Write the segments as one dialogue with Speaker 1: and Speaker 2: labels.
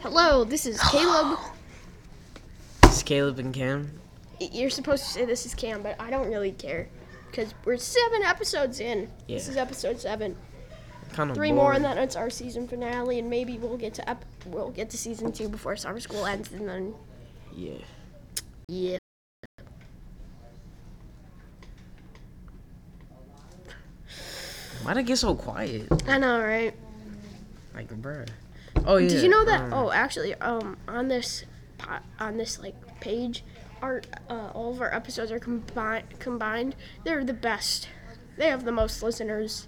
Speaker 1: Hello, this is Caleb.
Speaker 2: It's Caleb and Cam.
Speaker 1: You're supposed to say this is Cam, but I don't really care because we're seven episodes in. This
Speaker 2: Yeah.
Speaker 1: is episode seven.
Speaker 2: Kind of
Speaker 1: Three more, and then it's our season finale, and maybe we'll get to ep- we'll get to season two before summer school ends, and then
Speaker 2: Yeah.
Speaker 1: yeah.
Speaker 2: Why'd I get so quiet?
Speaker 1: I know, right?
Speaker 2: Like, bruh. Oh yeah.
Speaker 1: Did you know that?
Speaker 2: um,
Speaker 1: oh, actually, um, on this po- on this like page, our uh, all of our episodes are combined. Combined, they're the best. They have the most listeners.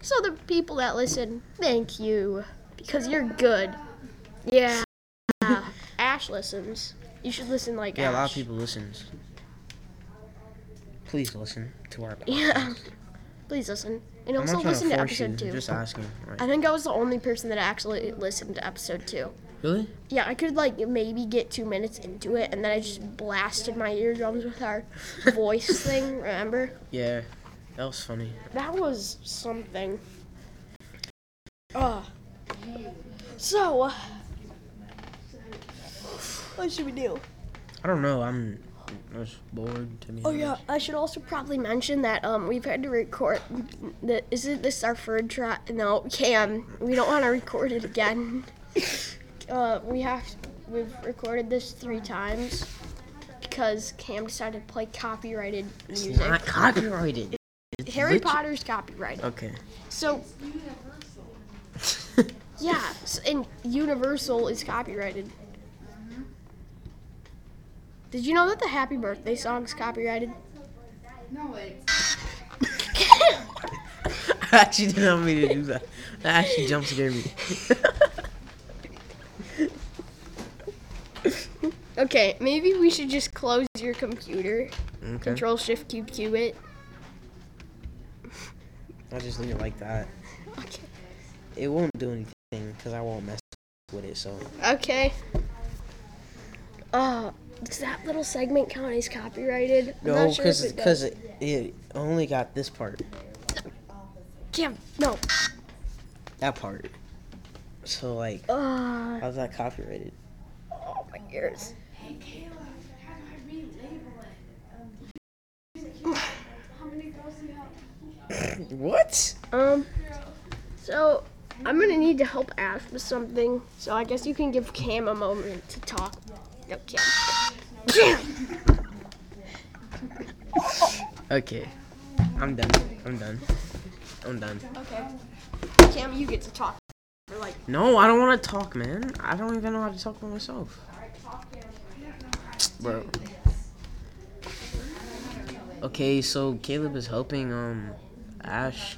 Speaker 1: So the people that listen, thank you because you're good. Yeah. Ash listens. You should listen like
Speaker 2: Yeah, a lot
Speaker 1: Ash.
Speaker 2: of people listens. Please listen to our podcast.
Speaker 1: Yeah. Please listen, and
Speaker 2: I'm
Speaker 1: also
Speaker 2: not trying
Speaker 1: listen
Speaker 2: to
Speaker 1: to
Speaker 2: force you.
Speaker 1: episode two.
Speaker 2: I'm just asking. Like,
Speaker 1: I think I was the only person that actually listened to episode two.
Speaker 2: really?
Speaker 1: Yeah, I could like maybe get two minutes into it, and then I just blasted my eardrums with our voice thing. Remember?
Speaker 2: Yeah. That was funny.
Speaker 1: That was something. Ah. So, uh, what should we do?
Speaker 2: I don't know. I'm I was bored to me.
Speaker 1: Oh yeah, I should also probably mention that um we've had to record. The, isn't this our third try? No, Cam, we don't want to record it again. Uh, we have we've recorded this three times because Cam decided to play copyrighted
Speaker 2: It's
Speaker 1: music.
Speaker 2: not copyrighted. It's
Speaker 1: Harry
Speaker 2: lit-
Speaker 1: Potter's copyrighted.
Speaker 2: Okay.
Speaker 1: So yeah, s and Universal is copyrighted. Did you know that the Happy Birthday song's copyrighted?
Speaker 3: No, it's
Speaker 2: I actually did not mean to do that. That actually jump scared me.
Speaker 1: Okay, maybe we should just close your computer.
Speaker 2: okay.
Speaker 1: Control Shift Cube Cube it.
Speaker 2: I'll just leave it like that.
Speaker 1: Okay.
Speaker 2: It won't do anything because I won't mess with it. So
Speaker 1: Okay. Uh, does that little segment count as copyrighted? I'm
Speaker 2: no,
Speaker 1: not sure if
Speaker 2: because
Speaker 1: it does.
Speaker 2: it, it only got this part,
Speaker 1: Cam, no.
Speaker 2: that part. So like,
Speaker 1: Uh,
Speaker 2: how's that copyrighted?
Speaker 1: oh my ears.
Speaker 3: hey Caleb, how do I relabel it? Um, How many girls do you have?
Speaker 2: What?
Speaker 1: Um, so I'm gonna need to help Ash with something. So I guess you can give Cam a moment to talk. No, Cam. Cam.
Speaker 2: Okay, I'm done. I'm done. I'm done.
Speaker 1: Okay. Cam, you get to talk. You're like,
Speaker 2: No, I don't want to talk, man. I don't even know how to talk by myself. Bro. Okay, so Caleb is helping um Ash.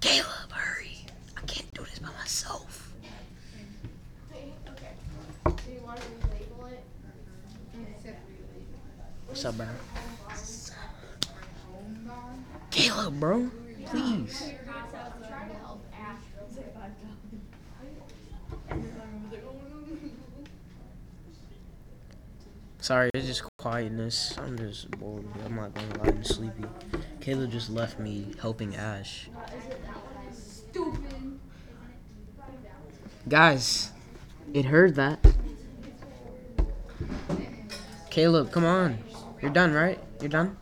Speaker 2: Caleb, hurry. I can't do this by myself.
Speaker 3: Do you want to relabel it?
Speaker 2: What's up, bro? Caleb, bro. Please.
Speaker 3: Try to help Ash.
Speaker 2: Sorry, it's just quietness. I'm just bored. I'm not gonna lie, I'm sleepy. Caleb just left me helping Ash.
Speaker 3: Stupid.
Speaker 2: Guys, it heard that. Caleb, come on. You're done, right? You're done?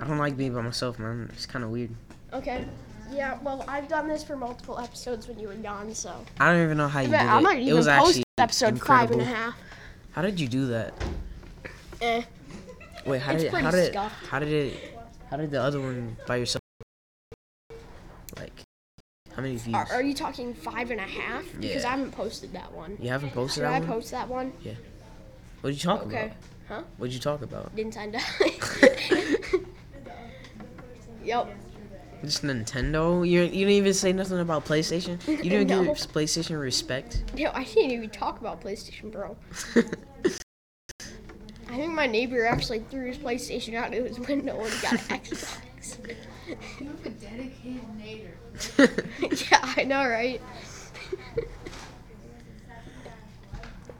Speaker 2: I don't like being by myself, man. It's kind of weird.
Speaker 1: okay. Yeah, well, I've done this for multiple episodes when you were gone, so.
Speaker 2: I don't even know how you did it.
Speaker 1: But I might
Speaker 2: it
Speaker 1: even
Speaker 2: was
Speaker 1: post
Speaker 2: actually
Speaker 1: episode
Speaker 2: incredible.
Speaker 1: five and a half.
Speaker 2: How did you do that?
Speaker 1: Eh.
Speaker 2: Wait, how
Speaker 1: It's
Speaker 2: did
Speaker 1: pretty
Speaker 2: how did
Speaker 1: stuffed.
Speaker 2: how did it how did the other one by yourself? Like, how many views?
Speaker 1: Are, are you talking five and a half? Because
Speaker 2: Yeah.
Speaker 1: I haven't posted that one.
Speaker 2: You haven't posted
Speaker 1: Did
Speaker 2: that
Speaker 1: I
Speaker 2: one?
Speaker 1: post that one?
Speaker 2: What'd you talk
Speaker 1: Okay.
Speaker 2: about?
Speaker 1: Huh?
Speaker 2: What'd you talk about?
Speaker 1: Nintendo. yep.
Speaker 2: Just Nintendo? You you didn't even say nothing about PlayStation. You didn't
Speaker 1: No.
Speaker 2: give PlayStation respect.
Speaker 1: Yo, I didn't even talk about PlayStation, bro. I think my neighbor actually threw his PlayStation out of his window and got an Xbox.
Speaker 3: You have a dedicated nader.
Speaker 1: yeah, I know, right?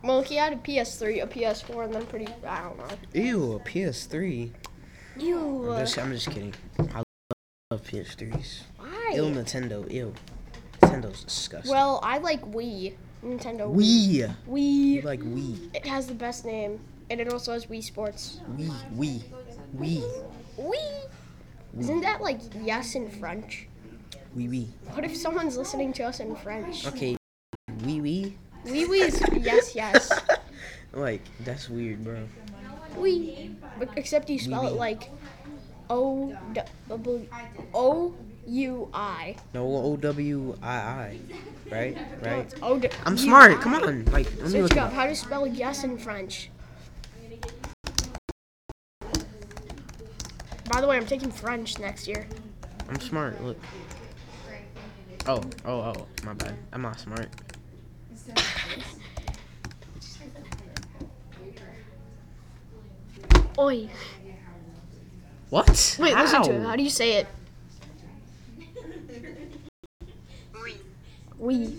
Speaker 1: well, he had a PS3, a PS4, and then pretty, I don't know.
Speaker 2: Ew, a PS3.
Speaker 1: You.
Speaker 2: uh, I'm just, I'm just kidding. I love PS3s.
Speaker 1: Why?
Speaker 2: Ill Nintendo. Ew. Nintendo's disgusting.
Speaker 1: Well, I like Wii. Nintendo
Speaker 2: we
Speaker 1: Wii.
Speaker 2: like we
Speaker 1: It has the best name, and it also has Wii Sports.
Speaker 2: we we we
Speaker 1: Wii. Isn't that like yes in French?
Speaker 2: we we.
Speaker 1: What if someone's listening to us in French?
Speaker 2: Okay. We we.
Speaker 1: Wee wee is yes, yes.
Speaker 2: Like that's weird, bro.
Speaker 1: Wee. But except you spell it
Speaker 2: Wee-wee.
Speaker 1: like O W O U I.
Speaker 2: No O W I I. Right?
Speaker 1: No,
Speaker 2: Right?
Speaker 1: it's O D-
Speaker 2: I'm
Speaker 1: U
Speaker 2: smart.
Speaker 1: I.
Speaker 2: Come on. Like let me
Speaker 1: Search
Speaker 2: look it
Speaker 1: up
Speaker 2: up.
Speaker 1: how to spell yes in French. By the way, I'm taking French next year.
Speaker 2: I'm smart. Look. Oh, oh, oh. My bad. I'm not smart.
Speaker 1: Oi.
Speaker 2: What?
Speaker 1: Wait, listen to it.
Speaker 2: How?
Speaker 1: How do you say it? Wee.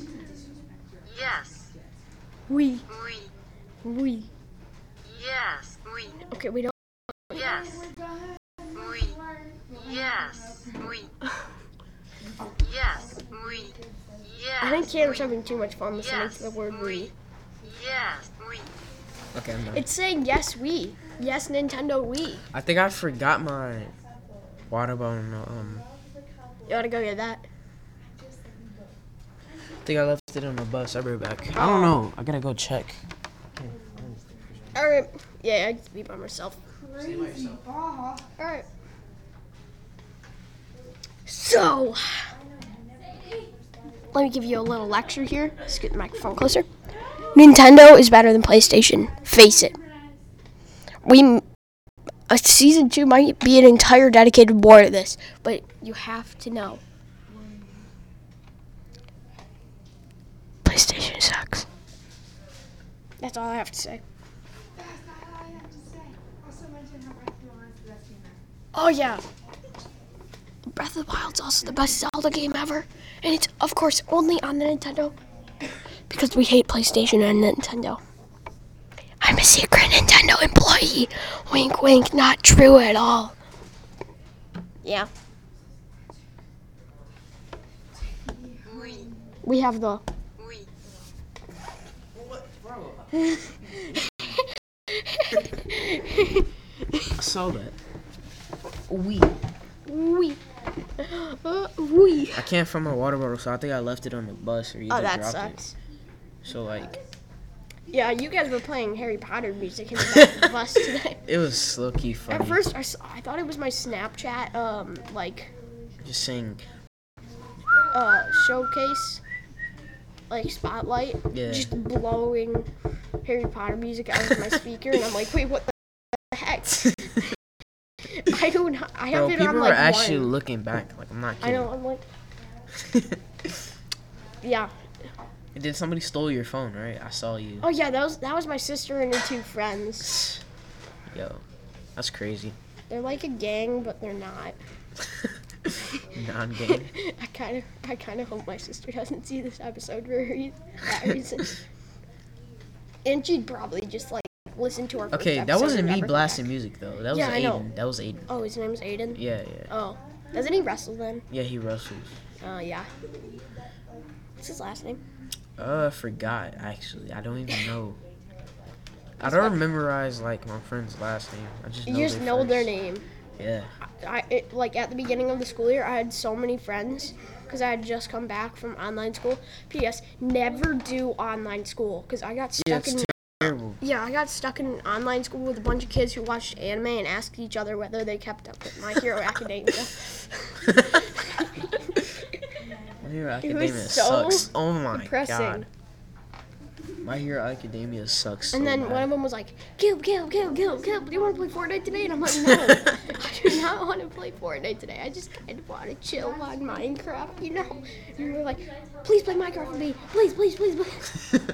Speaker 4: Yes.
Speaker 1: Wee.
Speaker 4: Oui.
Speaker 1: Wee.
Speaker 4: Yes. Oui.
Speaker 1: Okay, we don't.
Speaker 4: Yes. Oui. Yes. Oui. Yes. Oui. Yes.
Speaker 1: I think Tanner's having too much fun listening
Speaker 4: Yes.
Speaker 1: to the word we.
Speaker 4: Yes. Oui.
Speaker 2: Okay, I'm done.
Speaker 1: It's saying yes, we. Yes, Nintendo, we.
Speaker 2: I think I forgot my water bottle. in the, Um,
Speaker 1: You ought to go get that.
Speaker 2: I think I left it on the bus. I'll be right back. I don't
Speaker 1: Oh.
Speaker 2: know. I gotta go check.
Speaker 1: All right. Yeah, I can be by myself.
Speaker 3: Crazy ball.
Speaker 1: All right. So, let me give you a little lecture here. Scoot the microphone closer. Nintendo is better than PlayStation. Face it. We m- a season two might be an entire dedicated war to this, but you have to know. PlayStation sucks. That's all I have to say.
Speaker 3: That's not all I have to say. Also mention how Breath of the Wild's the best game ever.
Speaker 1: Oh yeah. Breath of the Wild's also the best Zelda game ever, and it's of course only on the Nintendo because we hate PlayStation and Nintendo. I'm a secret Nintendo employee. Wink, wink. Not true at all. Yeah. We have the.
Speaker 4: Oui.
Speaker 2: I saw that. We.
Speaker 1: We. Uh, we.
Speaker 2: I can't find my water bottle, so I think I left it on the bus or you
Speaker 1: Oh,
Speaker 2: just
Speaker 1: that
Speaker 2: dropped
Speaker 1: sucks.
Speaker 2: it. So like,
Speaker 1: Yeah, you guys were playing Harry Potter music in the back of the bus today.
Speaker 2: it was low key funny.
Speaker 1: At first, I, s- I thought it was my Snapchat, um, like,
Speaker 2: just saying,
Speaker 1: uh, showcase, like, spotlight,
Speaker 2: Yeah.
Speaker 1: just blowing Harry Potter music out of my speaker, and I'm like, wait, what the heck? I don't, h- I have
Speaker 2: bro,
Speaker 1: it
Speaker 2: people
Speaker 1: on,
Speaker 2: were
Speaker 1: like,
Speaker 2: actually
Speaker 1: one.
Speaker 2: looking back. Like I'm not
Speaker 1: I
Speaker 2: kidding.
Speaker 1: know, I'm like, yeah.
Speaker 2: and then somebody stole your phone, right? I saw you.
Speaker 1: Oh, yeah, that was, that was my sister and her two friends. Oh.
Speaker 2: Yo, that's crazy.
Speaker 1: They're like a gang, but they're not.
Speaker 2: Non-game.
Speaker 1: I kind of, I kind of hope my sister doesn't see this episode for re- that reason. and she'd probably just like listen to our. first
Speaker 2: Okay, that
Speaker 1: episode
Speaker 2: wasn't
Speaker 1: and
Speaker 2: me
Speaker 1: never come
Speaker 2: blasting
Speaker 1: back.
Speaker 2: music though. That was
Speaker 1: Yeah, I know.
Speaker 2: Aiden. That was Aiden.
Speaker 1: Oh, his name's Aiden.
Speaker 2: Yeah, yeah,
Speaker 1: Oh, doesn't he wrestle then?
Speaker 2: yeah. He wrestles.
Speaker 1: Oh yeah. What's his last name?
Speaker 2: Uh, I forgot actually. I don't even know. I don't memorize like my friend's last name. I just know
Speaker 1: you just
Speaker 2: their
Speaker 1: know their
Speaker 2: first.
Speaker 1: name.
Speaker 2: Yeah.
Speaker 1: I it, like at the beginning of the school year, I had so many friends because I had just come back from online school. P.S. Never do online school because I got stuck
Speaker 2: Yeah, it's
Speaker 1: in.
Speaker 2: terrible.
Speaker 1: Yeah, I got stuck in online school with a bunch of kids who watched anime and asked each other whether they kept up with My Hero Academia.
Speaker 2: My Hero Academia
Speaker 1: so
Speaker 2: sucks. Oh my
Speaker 1: depressing.
Speaker 2: god. My Hero Academia sucks.
Speaker 1: And
Speaker 2: so
Speaker 1: then one
Speaker 2: bad.
Speaker 1: of them was like, "Kill, kill, kill, kill, kill. Do you want to play Fortnite today?" And I'm like, "No, I do not want to play Fortnite today. I just kind of want to chill on Minecraft, you know." And we're like, "Please play Minecraft with me, please, please, please, please."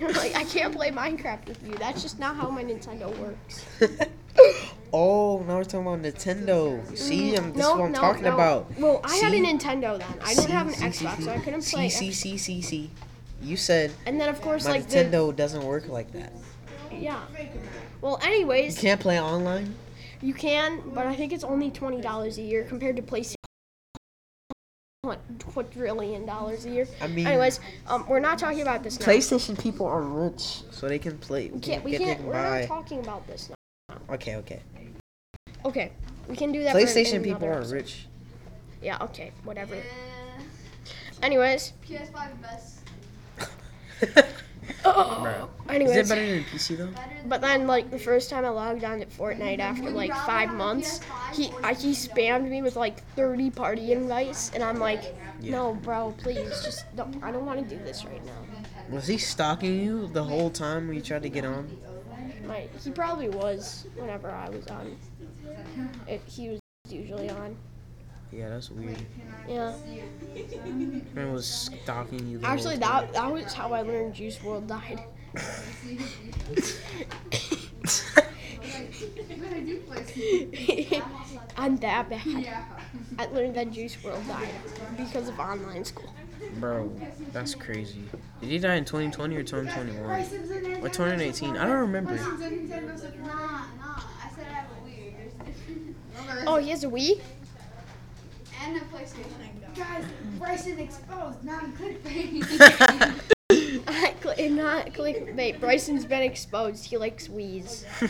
Speaker 1: And I'm like, "I can't play Minecraft with you. That's just not how my Nintendo works."
Speaker 2: oh, now we're talking about Nintendo.
Speaker 1: Mm,
Speaker 2: See, I'm, this is what I'm talking about.
Speaker 1: Well, I had a
Speaker 2: See?
Speaker 1: Nintendo then. I didn't
Speaker 2: See,
Speaker 1: have an
Speaker 2: see, see,
Speaker 1: Xbox,
Speaker 2: see.
Speaker 1: so I couldn't
Speaker 2: see,
Speaker 1: play.
Speaker 2: See, see, see, see. You said
Speaker 1: And then of course,
Speaker 2: my
Speaker 1: like the
Speaker 2: Nintendo doesn't work like that.
Speaker 1: Yeah. Well,
Speaker 2: You
Speaker 1: anyways,
Speaker 2: can't play online.
Speaker 1: you can, but I think it's only twenty dollars a year compared to PlayStation quadrillion dollars a year.
Speaker 2: I mean-
Speaker 1: anyways, um, we're not talking about this now.
Speaker 2: PlayStation people are rich, so they can play.
Speaker 1: we can't. We
Speaker 2: get
Speaker 1: can't.
Speaker 2: them
Speaker 1: We're
Speaker 2: by-
Speaker 1: not talking about this now.
Speaker 2: Okay, okay.
Speaker 1: Okay, we can do that. for an-
Speaker 2: PlayStation
Speaker 1: in
Speaker 2: people
Speaker 1: another
Speaker 2: are
Speaker 1: episode.
Speaker 2: rich.
Speaker 1: Yeah. Okay. Whatever.
Speaker 3: Yeah.
Speaker 1: Anyways.
Speaker 3: PS5 best.
Speaker 1: Oh.
Speaker 2: Is it
Speaker 1: Anyways.
Speaker 2: better than PC though?
Speaker 3: Better than
Speaker 1: But then, like the first time I logged on at Fortnite after like five months, he I, he spammed me with like 30 party invites, and I'm like, no, bro, please, just don't, I don't want to do this right now.
Speaker 2: Was he stalking you the whole time when you tried to get on?
Speaker 1: My he probably was whenever I was on. It, he was usually on.
Speaker 2: Yeah, that's weird.
Speaker 1: Yeah,
Speaker 2: Man was stalking you. The whole
Speaker 1: actually,
Speaker 2: time.
Speaker 1: that that was how I learned Juice World died.
Speaker 3: I do play
Speaker 1: I'm that bad. I learned that Juice World died because of online school.
Speaker 2: Bro, that's crazy. Did he die in 2020 or 2021? Or 2018? I don't remember.
Speaker 3: Nah, nah. I said I have a Wii. Remember,
Speaker 1: Oh, he has a Wii.
Speaker 3: and a PlayStation. Guys, Bryson exposed, not clickbait.
Speaker 1: Not cl- not clickbait. Bryson's been exposed. He likes wheeze.
Speaker 3: I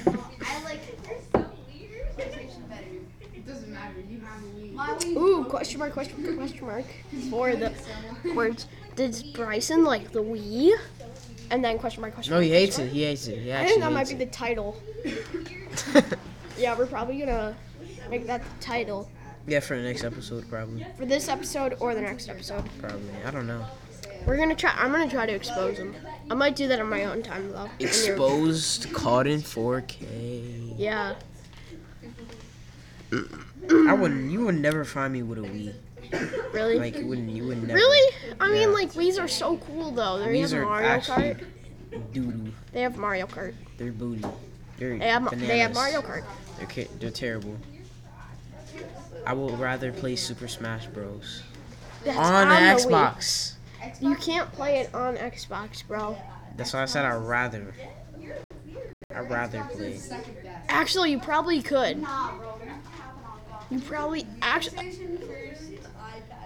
Speaker 3: like PlayStation better. It doesn't matter. You have a Wii. My Wii.
Speaker 1: Ooh, question mark, question mark, question mark. For the words, did Bryson like the Wii? And then question mark, question
Speaker 2: no,
Speaker 1: mark.
Speaker 2: he hates
Speaker 1: question
Speaker 2: it. He hates it. He
Speaker 1: mark. I
Speaker 2: actually
Speaker 1: think that might
Speaker 2: hates
Speaker 1: be the title.
Speaker 2: it.
Speaker 1: Yeah, we're probably gonna make that the title
Speaker 2: yeah, for the next episode, probably.
Speaker 1: for this episode or the next episode.
Speaker 2: Probably. I don't know.
Speaker 1: We're gonna try. I'm gonna try to expose him. I might do that on my own time though. When you're-
Speaker 2: Exposed, caught in 4K.
Speaker 1: Yeah.
Speaker 2: I wouldn't. You would never find me with a Wii.
Speaker 1: Really.
Speaker 2: Like you wouldn't. You would never.
Speaker 1: Really? I
Speaker 2: Yeah.
Speaker 1: mean, like, Wii's are so cool, though. They
Speaker 2: These
Speaker 1: have
Speaker 2: are
Speaker 1: Mario
Speaker 2: actually
Speaker 1: Kart.
Speaker 2: doo doo.
Speaker 1: They have Mario Kart.
Speaker 2: They're booty. They're
Speaker 1: They have, they have
Speaker 2: bananas.
Speaker 1: Mario Kart.
Speaker 2: They're, ca- they're terrible. I would rather play Super Smash Bros.
Speaker 1: That's
Speaker 2: on the
Speaker 1: the Wii.
Speaker 2: Xbox.
Speaker 1: You can't play it on Xbox, bro.
Speaker 2: That's why I said I'd rather. I'd rather play.
Speaker 1: Actually, you probably could. You probably actually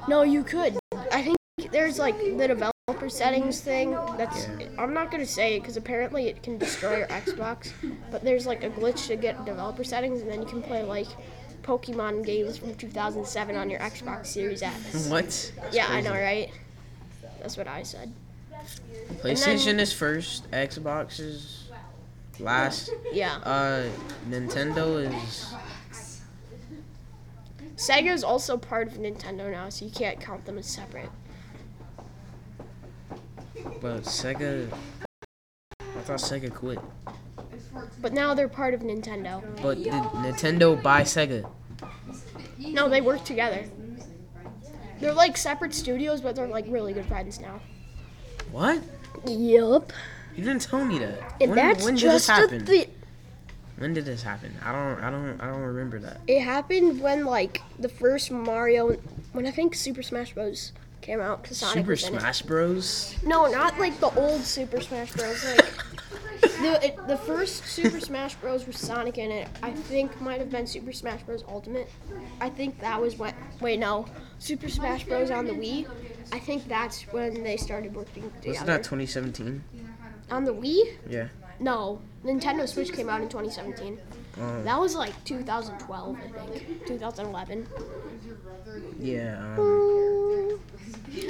Speaker 1: no, you could. I think there's like the developer settings thing. That's
Speaker 2: Yeah.
Speaker 1: I'm not gonna say it because apparently it can destroy your Xbox. But there's like a glitch to get developer settings, and then you can play like Pokemon games from 2007 on your Xbox Series X.
Speaker 2: What?
Speaker 1: Yeah, I know, right? That's what I said.
Speaker 2: PlayStation is first. Xbox is last.
Speaker 1: Yeah.
Speaker 2: Uh, Nintendo is.
Speaker 1: Sega is also part of Nintendo now, so you can't count them as separate.
Speaker 2: But Sega. I thought Sega quit.
Speaker 1: But now they're part of Nintendo.
Speaker 2: But did Nintendo buy Sega?
Speaker 1: No, they work together. They're like separate studios, but they're like really good friends now.
Speaker 2: What?
Speaker 1: Yep.
Speaker 2: You didn't tell me that.
Speaker 1: And
Speaker 2: when,
Speaker 1: that's
Speaker 2: when did
Speaker 1: just
Speaker 2: this happen?
Speaker 1: a thi-
Speaker 2: when did this happen? I don't. I don't. I don't remember that.
Speaker 1: It happened when like the first Mario, when I think Super Smash Bros. came out. 'cause Sonic
Speaker 2: Super
Speaker 1: was in it.
Speaker 2: Smash Bros.
Speaker 1: No, not like the old Super Smash Bros. Like the it, the first Super Smash Bros. with Sonic in it, I think might have been Super Smash Bros. Ultimate. I think that was what. Wait, no, Super Smash Bros. on the Wii. I think that's when they started working
Speaker 2: Wasn't
Speaker 1: together.
Speaker 2: that 2017?
Speaker 1: on the Wii?
Speaker 2: Yeah.
Speaker 1: No, Nintendo Switch came out in 2017.
Speaker 2: Um,
Speaker 1: That was like 2012, I think. 2011.
Speaker 2: yeah. Um,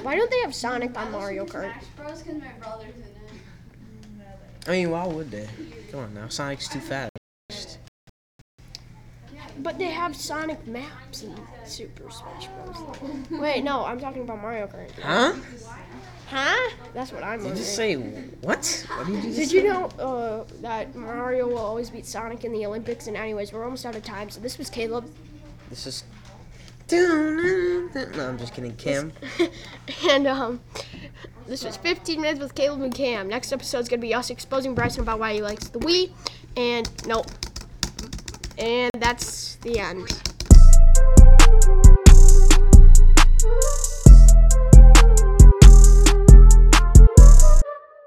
Speaker 1: Why don't they have Sonic on Mario Kart?
Speaker 3: Bros, cause my brother's in it.
Speaker 2: I mean, why would they? Come on now, Sonic's too fast.
Speaker 1: But they have Sonic maps in Super Smash Bros. Wait, no, I'm talking about Mario Kart.
Speaker 2: Huh?
Speaker 1: Huh? That's what I'm.
Speaker 2: Did you
Speaker 1: wondering.
Speaker 2: just say what? What did you just
Speaker 1: Did you know uh, that Mario will always beat Sonic in the Olympics? And anyways, we're almost out of time, so this was Caleb
Speaker 2: This is. No, I'm just kidding, Kim.
Speaker 1: and um, this was 15 minutes with Caleb and Cam. Next episode is gonna be us exposing Bryson about why he likes the Wii, and nope, and that's the end.